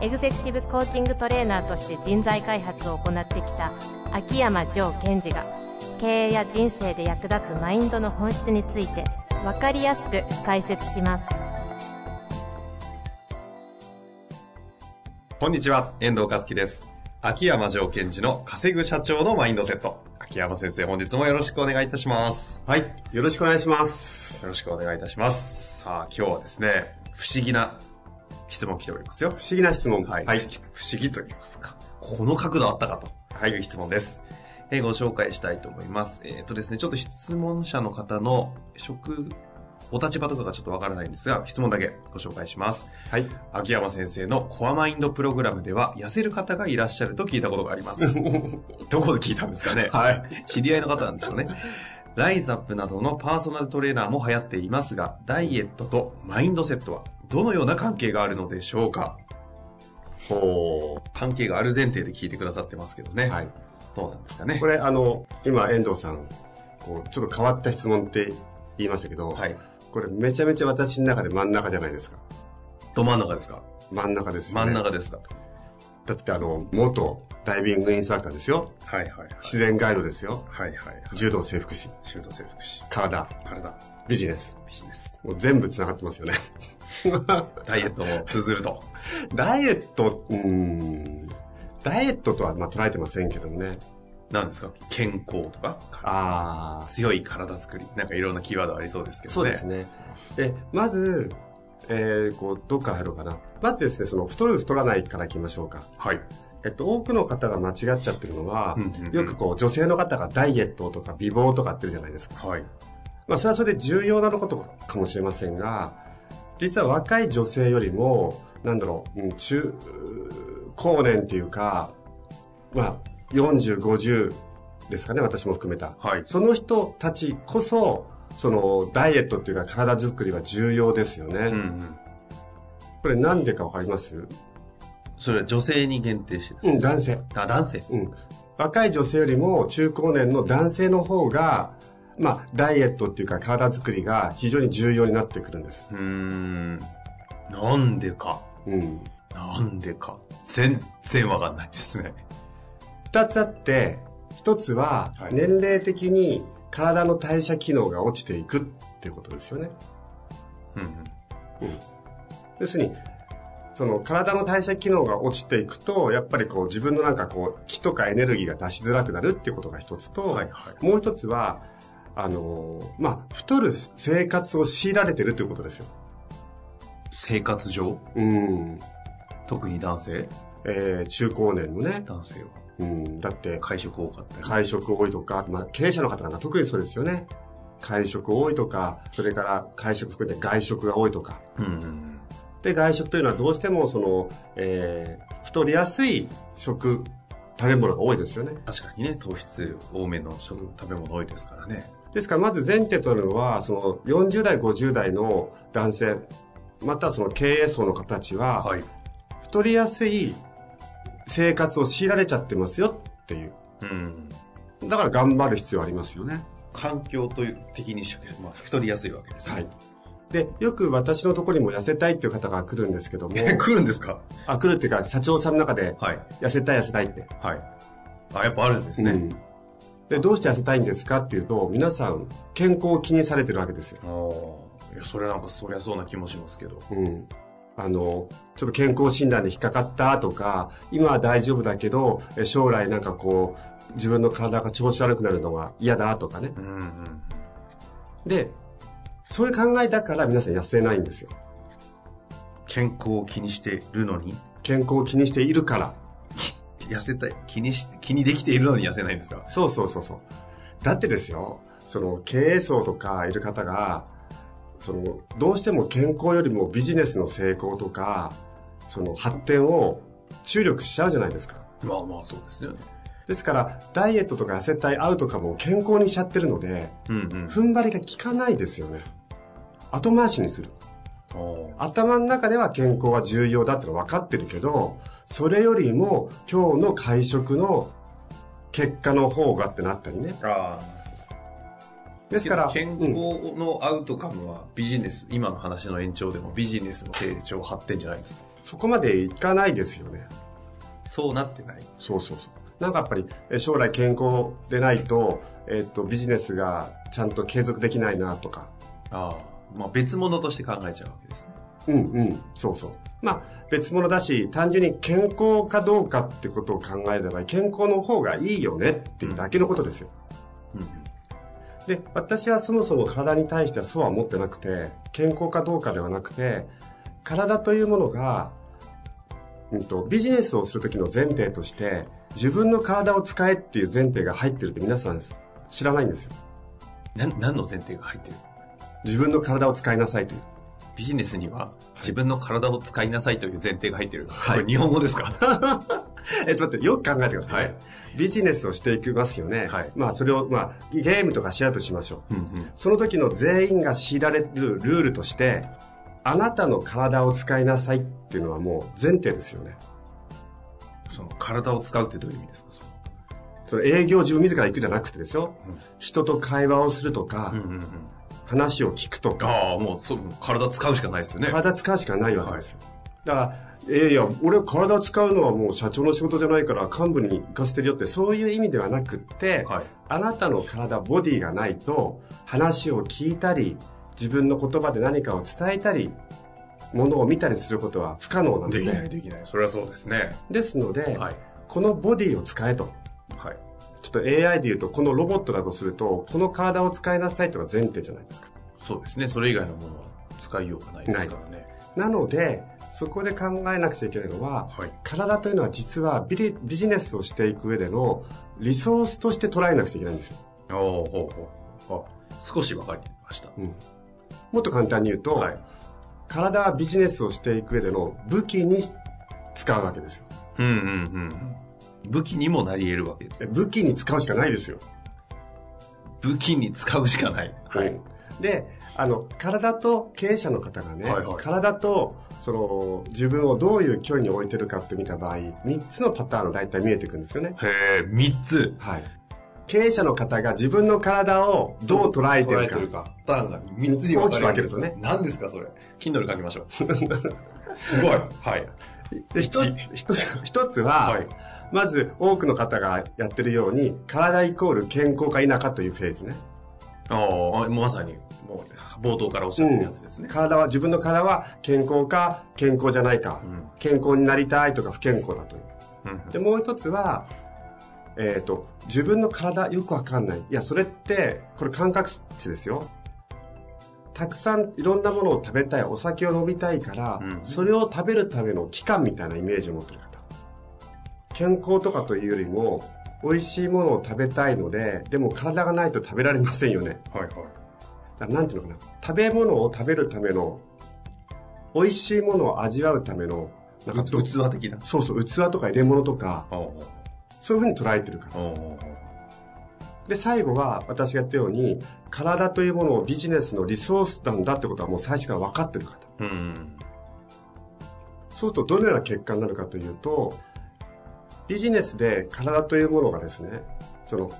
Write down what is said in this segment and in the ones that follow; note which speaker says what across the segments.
Speaker 1: エグゼクティブコーチングトレーナーとして人材開発を行ってきた秋山城賢治が経営や人生で役立つマインドの本質について分かりやすく解説します
Speaker 2: こんにちは、遠藤和樹です。秋山城賢治の稼ぐ社長のマインドセット。秋山先生、本日もよろしくお願いいたします。
Speaker 3: はい。よろしくお願いします。
Speaker 2: よろしくお願いいたします。さあ、今日はですね、不思議な質問来ておりますよ。
Speaker 3: 不思議な質問。
Speaker 2: はい。
Speaker 3: はい
Speaker 2: 不。思議不思議と言いますか。この角度あったかという質問です。えーご紹介したいと思います。えっ、とですね、ちょっと質問者の方の職、お立場とかがちょっとわからないんですが、質問だけご紹介します。
Speaker 3: はい。
Speaker 2: 秋山先生のコアマインドプログラムでは痩せる方がいらっしゃると聞いたことがあり ます。どこで聞いたんですかね
Speaker 3: はい。
Speaker 2: 知り合いの方なんでしょうね。ライザップなどのパーソナルトレーナーも流行っていますが、ダイエットとマインドセットはどのような関係があるのでしょうかほう。関係がある前提で聞いてくださってますけどね。
Speaker 3: はい。
Speaker 2: どうなんですかね
Speaker 3: こ。れ、あの、今、遠藤さん、こう、ちょっと変わった質問って言いましたけど、
Speaker 2: はい。
Speaker 3: これ、めちゃめちゃ私の中で真ん中じゃないですか。
Speaker 2: ど真ん中ですか
Speaker 3: 真ん中ですよ
Speaker 2: 真
Speaker 3: ね。
Speaker 2: ん中ですか
Speaker 3: だって、あの、元ダイビングインストラクターですよ。
Speaker 2: はいはいはい。
Speaker 3: 自然ガイドですよ。
Speaker 2: はいはい。
Speaker 3: 柔道整復師、
Speaker 2: 修道制服師。
Speaker 3: 体、
Speaker 2: 体、
Speaker 3: ビジネス。
Speaker 2: ビジネス。
Speaker 3: もう全部繋がってますよね。
Speaker 2: ダイエットも通ずると。
Speaker 3: ダイエット、うーん、ダイエットとは、まあ、捉えてませんけどもね。
Speaker 2: なんですか健康とか
Speaker 3: ああ、
Speaker 2: 強い体作りなんかいろんなキーワードありそうですけどね
Speaker 3: そうですね。で、まず、えー、こう、どっから入ろうかな。まずですね、その、太る太らないからいきましょうか。
Speaker 2: はい、
Speaker 3: えっと、多くの方が間違っちゃってるのは、
Speaker 2: うんうんうん
Speaker 3: よくこう、女性の方がダイエットとか美貌とかってるじゃないですか。
Speaker 2: はい、
Speaker 3: まあ、それはそれで重要なことかもしれませんが、実は若い女性よりも、なんだろう、うん中、高年っていうか、まあ、40、50ですかね、私も含めた。
Speaker 2: はい
Speaker 3: その人たちこそ、そのダイエットっていうか体作りは重要ですよね。
Speaker 2: うんうん、
Speaker 3: これなんでかわかります
Speaker 2: それは女性に限定してです
Speaker 3: うん、男性。
Speaker 2: あ男性
Speaker 3: うん。若い女性よりも中高年の男性の方が、まあ、ダイエットっていうか体作りが非常に重要になってくるんです。
Speaker 2: うーんなんでか
Speaker 3: うん。
Speaker 2: なんでか全然わかんないですね
Speaker 3: 二つあって、一つは
Speaker 2: はい
Speaker 3: 年齢的に体の代謝機能が落ちていくっていうことですよね。
Speaker 2: うんうん
Speaker 3: 要するに、その体の代謝機能が落ちていくと、やっぱりこう自分のなんかこう気とかエネルギーが出しづらくなるっていうことが一つと、
Speaker 2: はいはい
Speaker 3: もう一つは、あのーまあ、太る生活を強いられてるということですよ。
Speaker 2: 生活上
Speaker 3: うん。
Speaker 2: 特に男性
Speaker 3: えー中高年のね。
Speaker 2: 男性は
Speaker 3: うん。だって、
Speaker 2: 会食多かったり
Speaker 3: 会食多いとか、まあ、経営者の方なんか特にそうですよね。会食多いとか、それから会食含めて外食が多いとか。
Speaker 2: うんうんうん
Speaker 3: で、外食というのはどうしても、その、えー太りやすい食、食べ物が多いですよね。
Speaker 2: 確かにね糖質多めの食食べ物多いですからね
Speaker 3: ですから、まず前提となるのは、その、40代、50代の男性、またはその経営層の方たちは、
Speaker 2: い
Speaker 3: 太りやすい生活を強いられちゃってますよっていう。
Speaker 2: うん
Speaker 3: だから頑張る必要ありますよね。
Speaker 2: 環境という的にし、まあ、太りやすいわけですね、
Speaker 3: はい。で、よく私のところにも痩せたいっていう方が来るんですけども、
Speaker 2: え 来るんですか
Speaker 3: あ、来るっていうか、社長さんの中で、
Speaker 2: はい
Speaker 3: 痩せたい痩せたいって。
Speaker 2: はい。あ、やっぱあるんですね。
Speaker 3: うんで、どうして痩せたいんですかっていうと、皆さん、健康を気にされてるわけですよ。
Speaker 2: ああ。いや、それなんかそりゃそうな気もしますけど。
Speaker 3: うん。あの、ちょっと健康診断で引っかかったとか、今は大丈夫だけど、え将来なんかこう、自分の体が調子悪くなるのが嫌だとかね。
Speaker 2: うんうん。
Speaker 3: で、そういう考えだから皆さん痩せないんですよ。
Speaker 2: 健康を気にしてるのに、
Speaker 3: 健康を気にしているから。
Speaker 2: 痩せたい、気にし、気にできているのに痩せないんですか
Speaker 3: そうそうそうそう。だってですよ、その経営層とかいる方が、そのどうしても健康よりもビジネスの成功とか、その発展を注力しちゃうじゃないですか。
Speaker 2: まあまあそうですよね。
Speaker 3: ですから、ダイエットとか絶対アウトかも健康にしちゃってるので、
Speaker 2: うんうん。
Speaker 3: 踏ん張りが効かないですよね。後回しにする。
Speaker 2: おー
Speaker 3: 頭の中では健康は重要だってのは分かってるけど、それよりも今日の会食の結果の方がってなったりね。
Speaker 2: あー
Speaker 3: ですから、
Speaker 2: 健
Speaker 3: う
Speaker 2: 康
Speaker 3: ん
Speaker 2: のアウトカムはビジネス、今の話の延長でもビジネスの成長発展じゃないですか。
Speaker 3: そこまでいかないですよね。
Speaker 2: そうなってない。
Speaker 3: そうそうそう。なんかやっぱりえ将来健康でないと、えっと、ビジネスがちゃんと継続できないなとか。
Speaker 2: ああ。まあ別物として考えちゃうわけですね。
Speaker 3: うんうん、そうそう。まあ、別物だし、単純に健康かどうかってことを考えれば、健康の方がいいよねっていうだけのことですよ。
Speaker 2: うんうん。
Speaker 3: で、私はそもそも体に対してはそうは思ってなくて、健康かどうかではなくて、体というものが、うんと、ビジネスをするときの前提として、自分の体を使えっていう前提が入ってるって皆さん知らないんですよ。
Speaker 2: な何の前提が入ってる
Speaker 3: 自分の体を使いなさいという。
Speaker 2: ビジネスには自分の体を使いなさいという前提が入ってる。
Speaker 3: はい
Speaker 2: これ日本語ですか
Speaker 3: えっと待って、よく考えてください。
Speaker 2: はい
Speaker 3: ビジネスをしていきますよね。
Speaker 2: はい
Speaker 3: まあそれを、まあゲームとかしらとしましょう。
Speaker 2: うんうん。
Speaker 3: その時の全員が強いられるルールとして、あなたの体を使いなさいっていうのはもう前提ですよね。
Speaker 2: その体を使うってどういう意味ですか
Speaker 3: その営業自分自ら行くじゃなくてですよ。
Speaker 2: うん
Speaker 3: 人と会話をするとか、
Speaker 2: うんうんうん。
Speaker 3: 話を聞くとか、
Speaker 2: ああ、もうそう、体使うしかないですよね。
Speaker 3: 体使うしかないわけですよ。だから、いやいや、俺体使うのはもう社長の仕事じゃないから幹部に行かせてるよって、そういう意味ではなくって、
Speaker 2: はい。
Speaker 3: あなたの体、ボディがないと、話を聞いたり、自分の言葉で何かを伝えたり、ものを見たりすることは不可能なんで
Speaker 2: でき
Speaker 3: す
Speaker 2: ない
Speaker 3: ね。
Speaker 2: できない。それはそうですね。
Speaker 3: ですので、
Speaker 2: はい。
Speaker 3: このボディを使えと。
Speaker 2: はい。
Speaker 3: ちょっと AI で言うと、このロボットだとすると、この体を使いなさいというのが前提じゃないですか。
Speaker 2: そうですね。それ以外のものは使いようがないですからね。
Speaker 3: なので、そこで考えなくちゃいけないのは、
Speaker 2: はい。
Speaker 3: 体というのは実はビリビジネスをしていく上でのリソースとして捉えなくちゃいけないんですよ。
Speaker 2: おおほうほう。あ、少しわかりました。
Speaker 3: もっと簡単に言うと、
Speaker 2: はい。
Speaker 3: 体はビジネスをしていく上での武器に使うわけですよ。
Speaker 2: うんうんうん。武器にもなり得るわけで
Speaker 3: え武器に使うしかないですよ。
Speaker 2: 武器に使うしかない。
Speaker 3: うん。で、あの、体と経営者の方がね、
Speaker 2: はいはい
Speaker 3: 体と、その、自分をどういう距離に置いてるかって見た場合、3つのパターンが大体見えてくるんですよね。
Speaker 2: へえ、三つ。
Speaker 3: はい。経営者の方が自分の体をどう捉えてるか。
Speaker 2: か。ターンが三
Speaker 3: つに分かれる大きく分けるとね。
Speaker 2: 何ですか、それ。Kindle 書きま しょう。すごい。はい。
Speaker 3: で一つ一つ一つは、
Speaker 2: はい
Speaker 3: まず多くの方がやってるように、体イコール健康か否かというフェーズね。
Speaker 2: ああ、まさに、もう、冒頭からおっしゃってるやつですね。
Speaker 3: 体は、自分の体は健康か健康じゃないか、
Speaker 2: うん
Speaker 3: 健康になりたいとか不健康だという。
Speaker 2: うん。
Speaker 3: で、もう一つは、えっ、と、自分の体よくわかんない。いや、それって、これ感覚値ですよ。たくさんいろんなものを食べたい、お酒を飲みたいから、
Speaker 2: うん
Speaker 3: それを食べるための期間みたいなイメージを持ってる方。健康とかというよりも、美味しいものを食べたいので、でも体がないと食べられませんよね。
Speaker 2: はいはい。
Speaker 3: だからなんていうのかな。食べ物を食べるための、美味しいものを味わうための、なんか
Speaker 2: う器的な。
Speaker 3: そうそう、器とか入れ物とか、
Speaker 2: おう
Speaker 3: そういうふうに捉えてるから。
Speaker 2: おうおうおう
Speaker 3: で、最後は私が言ったように、体というものをビジネスのリソースなんだってことはもう最初から分かってる方。
Speaker 2: うんうん。
Speaker 3: そうするとどのような結果になるかというと、ビジネスで体というものがですね、その、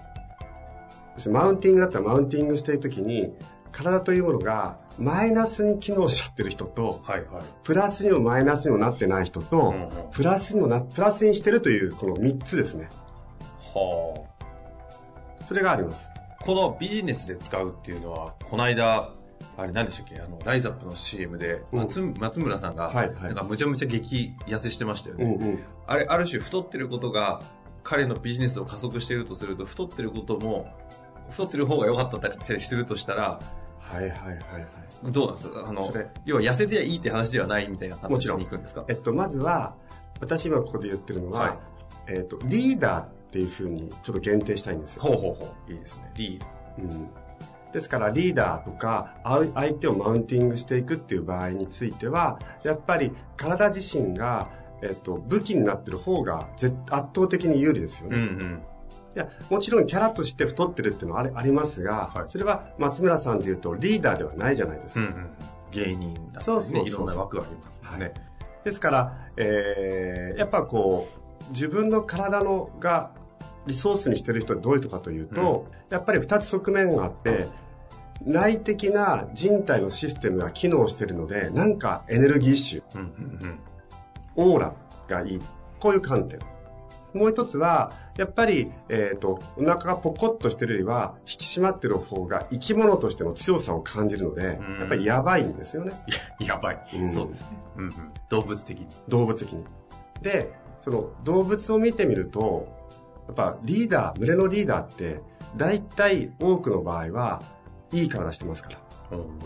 Speaker 3: マウンティングだったらマウンティングしているときに、体というものがマイナスに機能しちゃってる人と、
Speaker 2: はいはい。
Speaker 3: プラスにもマイナスにもなってない人と、
Speaker 2: うんうん
Speaker 3: プラスにもな、プラスにしてるというこの3つですね。
Speaker 2: はあ。
Speaker 3: それがあります。
Speaker 2: このビジネスで使うっていうのは、この間、あれ何でしたっけあの、ライザップの CM で、
Speaker 3: うん
Speaker 2: 松,、松村さんが、
Speaker 3: はいはい
Speaker 2: なんかむちゃむちゃ激痩せしてましたよね。
Speaker 3: うんうん。
Speaker 2: あれ、ある種太ってることが、彼のビジネスを加速しているとすると、太ってることも、太ってる方が良かったりするとしたら、
Speaker 3: はいはいはいはい。
Speaker 2: どうなんですかあの
Speaker 3: それ、
Speaker 2: 要は痩せてはいいって話ではないみたいな
Speaker 3: も
Speaker 2: 形
Speaker 3: ちろん
Speaker 2: に行くんですか
Speaker 3: えっと、まずは、私今ここで言ってるのは、
Speaker 2: はい
Speaker 3: えっと、リーダーっていうふうにちょっと限定したいんですよ。
Speaker 2: ほうほうほう。いいですね。リーダー。
Speaker 3: うんですから、リーダーとか、あう相手をマウンティングしていくっていう場合については、やっぱり体自身が、えっと、武器になってる方が絶圧倒的に有利ですよ
Speaker 2: う
Speaker 3: ね。
Speaker 2: ん
Speaker 3: いや、もちろんキャラとして太ってるっていうのはあれありますが、
Speaker 2: はい
Speaker 3: それは松村さんで言うとリーダーではないじゃないです
Speaker 2: う
Speaker 3: か。
Speaker 2: んうん、芸人だった
Speaker 3: そう
Speaker 2: り
Speaker 3: そうそうそう
Speaker 2: ね、いろんな枠がありますもんね。
Speaker 3: ですから、えーやっぱこう、自分の体のがリソースにしてる人はどういう人かというと、やっぱり2つ側面があって、内的な人体のシステムが機能してるので、なんかエネルギッシュ、
Speaker 2: うんうん
Speaker 3: オーラがいい。こういう観点。もう一つは、やっぱり、えっ、と、お腹がポコッとしてるよりは、引き締まってる方が生き物としての強さを感じるので
Speaker 2: うん、
Speaker 3: やっぱりやばいんですよね。
Speaker 2: うん、やばい、
Speaker 3: うん
Speaker 2: そうですね、うんうん、動物的に、
Speaker 3: 動物的に。で、その動物を見てみると、やっぱリーダー、群れのリーダーって、大体多くの場合は、いい体してますから。
Speaker 2: うんうんうん、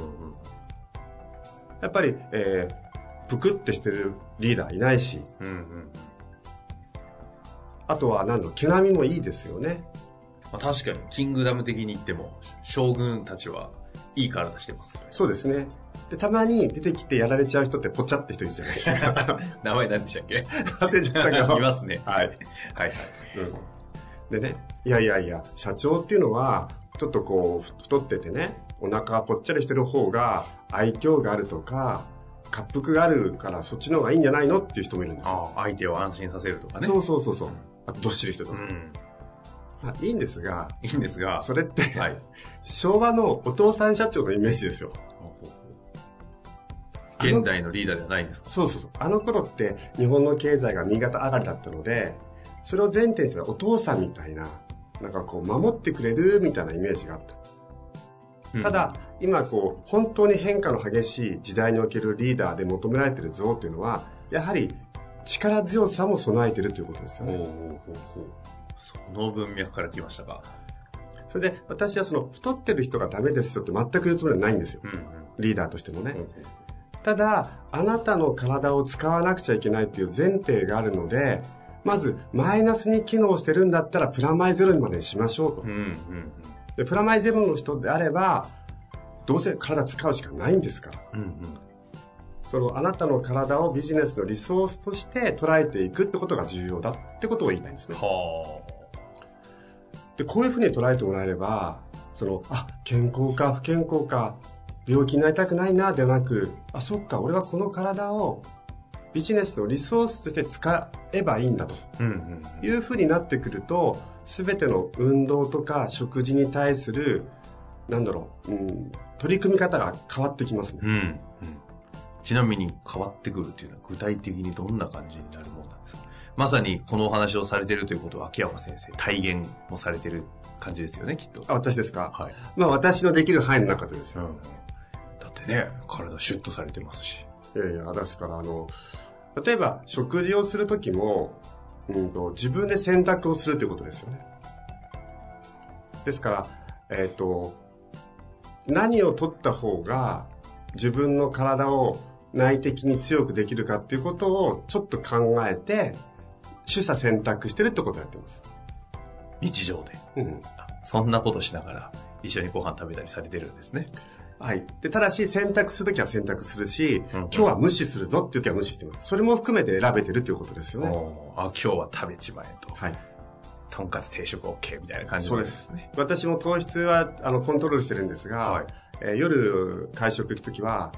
Speaker 3: やっぱり、えー、ぷくってしてるリーダーいないし、
Speaker 2: うんうん
Speaker 3: あとは、なんだろう、毛並みもいいですよね。
Speaker 2: まあ、確かにキングダム的に言っても将軍たちはいい体してますよね
Speaker 3: そうですね。で、たまに出てきてやられちゃう人ってぽちゃって人いるじゃないですか。
Speaker 2: 名前何でしたっけ
Speaker 3: 忘れちゃったけ ど。
Speaker 2: いますね
Speaker 3: は
Speaker 2: は
Speaker 3: い。
Speaker 2: いはい
Speaker 3: うん、でね、いやいやいや、社長っていうのは、ちょっとこう、ふ太っててね、お腹がぽっちゃりしてる方が、愛嬌があるとか、滑腹があるから、そっちの方がいいんじゃないのっていう人もいるんですよ。
Speaker 2: ああ相手を安心させるとかね
Speaker 3: そうそうそうそう。あとどっしりしてると
Speaker 2: う
Speaker 3: か、
Speaker 2: ん、
Speaker 3: まあ。いいんですが、
Speaker 2: いいんですが
Speaker 3: それって、
Speaker 2: はい
Speaker 3: 昭和のお父さん社長のイメージですよ。
Speaker 2: 現代のリーダーじゃないんですか
Speaker 3: そうそうそう。あの頃って、日本の経済が右肩上がりだったので、それを前提にしてお父さんみたいな、なんかこう、守ってくれるみたいなイメージがあった。ただ、今こう本当に変化の激しい時代におけるリーダーで求められてる像っていうのはやはり力強さも備えてるということです
Speaker 2: う
Speaker 3: よ
Speaker 2: ん、おうお
Speaker 3: ね。
Speaker 2: うおうおうその文脈から来ましたか、
Speaker 3: それで私はその太ってる人がダメですよって全く言うつもりはないんですよ
Speaker 2: う。ん
Speaker 3: リーダーとしてもね
Speaker 2: うん。
Speaker 3: ただ、あなたの体を使わなくちゃいけないっていう前提があるので、まずマイナスに機能してるんだったらプラマイゼロにまでしましょうと
Speaker 2: うん。うん
Speaker 3: でプラマイゼロの人であれば、どうせ体使うしかないんですから。
Speaker 2: うんうん
Speaker 3: そのあなたの体をビジネスのリソースとして捉えていくってことが重要だってことを言いたいんですね。
Speaker 2: は
Speaker 3: で、こういうふうに捉えてもらえれば、その、あ、健康か不健康か、病気になりたくないな、ではなく、あ、そっか、俺はこの体をビジネスのリソースとして使えばいいんだと
Speaker 2: あうんうん
Speaker 3: いうふうになってくると、すべての運動とか食事に対する、なんだろう、うん、取り組み方が変わってきますね。
Speaker 2: うん、うん、ちなみに変わってくるっていうのは具体的にどんな感じになるものなんですかまさにこのお話をされてるということは秋山先生体現もされてる感じですよねきっと
Speaker 3: あ、私ですか
Speaker 2: はい、
Speaker 3: まあ私のできる範囲の中でですよ。
Speaker 2: だってね体シュッとされてますし
Speaker 3: いやいや、ですから、あの、例えば食事をするときも、うんと、自分で選択をするということですよね。ですから、えっ、と、何を取った方が自分の体を内的に強くできるかっていうことをちょっと考えて、取捨選択してるってことをやってます。
Speaker 2: 日常で
Speaker 3: うん。
Speaker 2: そんなことしながら一緒にご飯食べたりされてるんですね
Speaker 3: はい。で、ただし選択するときは選択するし、
Speaker 2: うん
Speaker 3: 今日は無視するぞっていうときは無視してます。それも含めて選べてるっていうことですよね。
Speaker 2: おーあ今日は食べちまえと、
Speaker 3: はい。
Speaker 2: とんかつ定食 OK みたいな感じ
Speaker 3: そうですね。私も糖質はあのコントロールしてるんですが、
Speaker 2: はい
Speaker 3: えー夜会食行くときは、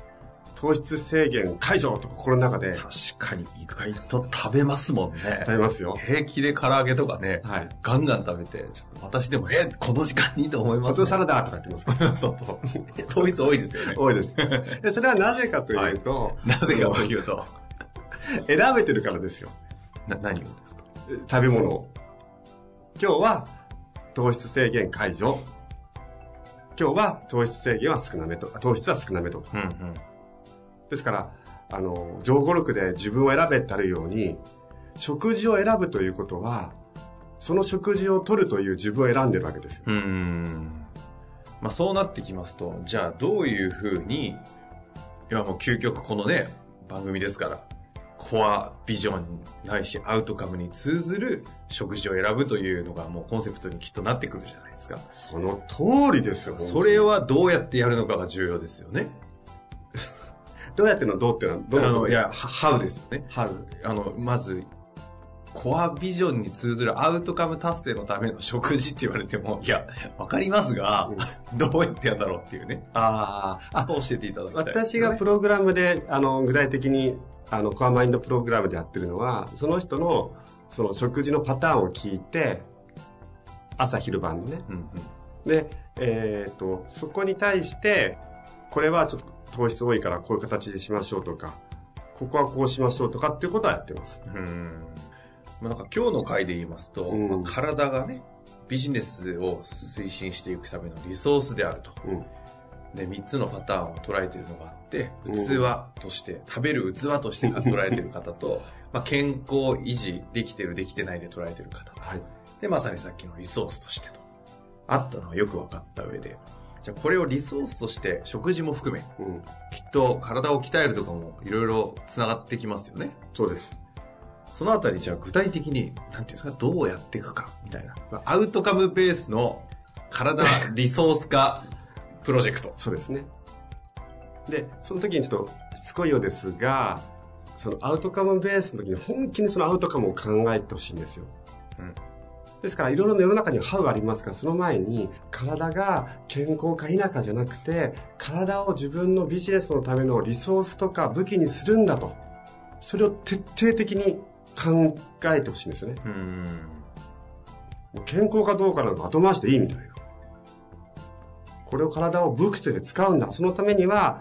Speaker 3: 糖質制限解除と心の中で
Speaker 2: 確かに意外と食べますもんね
Speaker 3: 食べますよ。
Speaker 2: 平気で唐揚げとかね、
Speaker 3: はい。
Speaker 2: ガンガン食べて、ちょっと私でも、え、この時間にと思い
Speaker 3: ポ
Speaker 2: ま
Speaker 3: テ
Speaker 2: す、ね。
Speaker 3: トサラダとか言ってますか
Speaker 2: そうそう。糖質多いですよね。
Speaker 3: 多いです。でそれはなぜかというと、
Speaker 2: なぜかというと、
Speaker 3: 選べてるからですよ。
Speaker 2: な何をですか
Speaker 3: 食べ物を。今日は糖質制限解除。今日は糖質制限は少なめとか、糖質は少なめとか。
Speaker 2: うんうん。
Speaker 3: ですから、あの、情報録で自分を選べってあるように、食事を選ぶということは、その食事を取るという自分を選んでるわけですよ。
Speaker 2: うーん。まあそうなってきますと、じゃあどういうふうに、いやもう究極このね、番組ですから、コアビジョンないしアウトカムに通ずる食事を選ぶというのがもうコンセプトにきっとなってくるじゃないですか。
Speaker 3: その通りですよ。
Speaker 2: それはどうやってやるのかが重要ですよね。
Speaker 3: どうやってのどうってのは、どう
Speaker 2: あ
Speaker 3: な
Speaker 2: の、いや、ハハウですよね。
Speaker 3: ハウ。
Speaker 2: あの、まず、コアビジョンに通ずるアウトカム達成のための食事って言われても、いや、わかりますが、どうやってやんだろうっていうね。
Speaker 3: ああ、あ、
Speaker 2: 教えていただきたいです
Speaker 3: 私
Speaker 2: ね、
Speaker 3: がプログラムで、あの、具体的に、あの、コアマインドプログラムでやってるのは、その人の、その食事のパターンを聞いて、朝昼晩のね。
Speaker 2: うんうん
Speaker 3: で、えっ、と、そこに対して、これはちょっと糖質多いからこういう形でしましょうとか、ここはこうしましょうとかっていうことはやってます。
Speaker 2: うん。まあ、なんか今日の回で言いますと、
Speaker 3: うん
Speaker 2: まあ体がね、ビジネスを推進していくためのリソースであると。
Speaker 3: うん。
Speaker 2: で、3つのパターンを捉えているのがあって、
Speaker 3: うん
Speaker 2: 器として、食べる器として捉えている方 と、まあ健康維持できてるできてないで捉えている方と。
Speaker 3: はい。
Speaker 2: で、まさにさっきのリソースとしてと。あったのはよく分かった上で、じゃあこれをリソースとして食事も含め、
Speaker 3: うん。
Speaker 2: きっと体を鍛えるとかもいろいろ繋がってきますよね。
Speaker 3: そうです。
Speaker 2: そのあたりじゃあ具体的に、なんていうんですか、どうやっていくか、みたいな。アウトカムベースの体リソース化プロジェクト。
Speaker 3: そうですね。で、その時にちょっとしつこいようですが、そのアウトカムベースの時に本気にそのアウトカムを考えてほしいんですよ。
Speaker 2: うん
Speaker 3: ですから、いろいろな世の中にはハウありますから、その前に、体が健康か否かじゃなくて、体を自分のビジネスのためのリソースとか武器にするんだと。それを徹底的に考えてほしいんですよね。
Speaker 2: うん。
Speaker 3: もう健康かどうかなんか後回しでいいみたいな。これを体を武器として使うんだ。そのためには、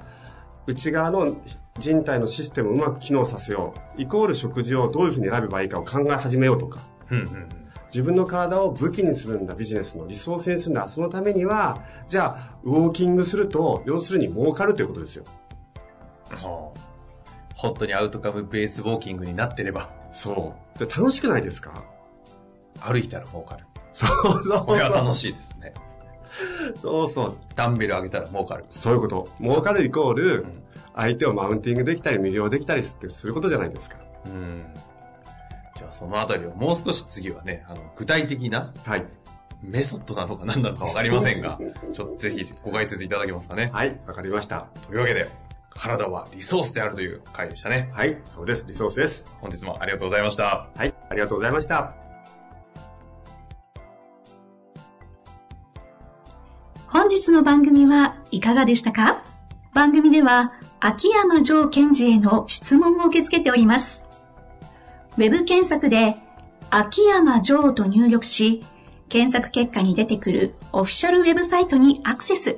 Speaker 3: 内側の人体のシステムをうまく機能させよう。イコール食事をどういうふうに選べばいいかを考え始めようとか。
Speaker 2: うんうん。
Speaker 3: 自分の体を武器にするんだ、ビジネスのリソースにするんだ。そのためには、じゃあ、ウォーキングすると、要するに儲かるということですよ。
Speaker 2: はあ本当にアウトカムベースウォーキングになってれば、
Speaker 3: そう。で楽しくないですか
Speaker 2: 歩いたら儲 かる。
Speaker 3: そうそう
Speaker 2: これは楽しいですね。
Speaker 3: そうそう。
Speaker 2: ダンベル上げたら儲かる。
Speaker 3: そういうこと。儲かるイコール
Speaker 2: ん、
Speaker 3: 相手をマウンティングできたり、魅了できたりするすることじゃないですか。
Speaker 2: うん。じゃあそのあたりをもう少し次はね、あの、具体的な
Speaker 3: はい。
Speaker 2: メソッドなのか何なのかわかりませんが、ちょっとぜひご解説いただけますかね。
Speaker 3: はい、わかりました。
Speaker 2: というわけで、体はリソースであるという回でしたね。
Speaker 3: はい、そうです。リソースです。
Speaker 2: 本日もありがとうございました。
Speaker 3: はい、ありがとうございました。
Speaker 4: 本日の番組はいかがでしたか番組では秋山城賢治への質問を受け付けております。ウェブ検索で秋山城と入力し、検索結果に出てくるオフィシャルウェブサイトにアクセス。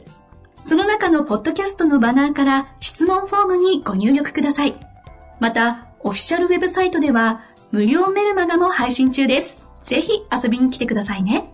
Speaker 4: その中のポッドキャストのバナーから質問フォームにご入力ください。また、オフィシャルウェブサイトでは無料メルマガも配信中です。ぜひ遊びに来てくださいね。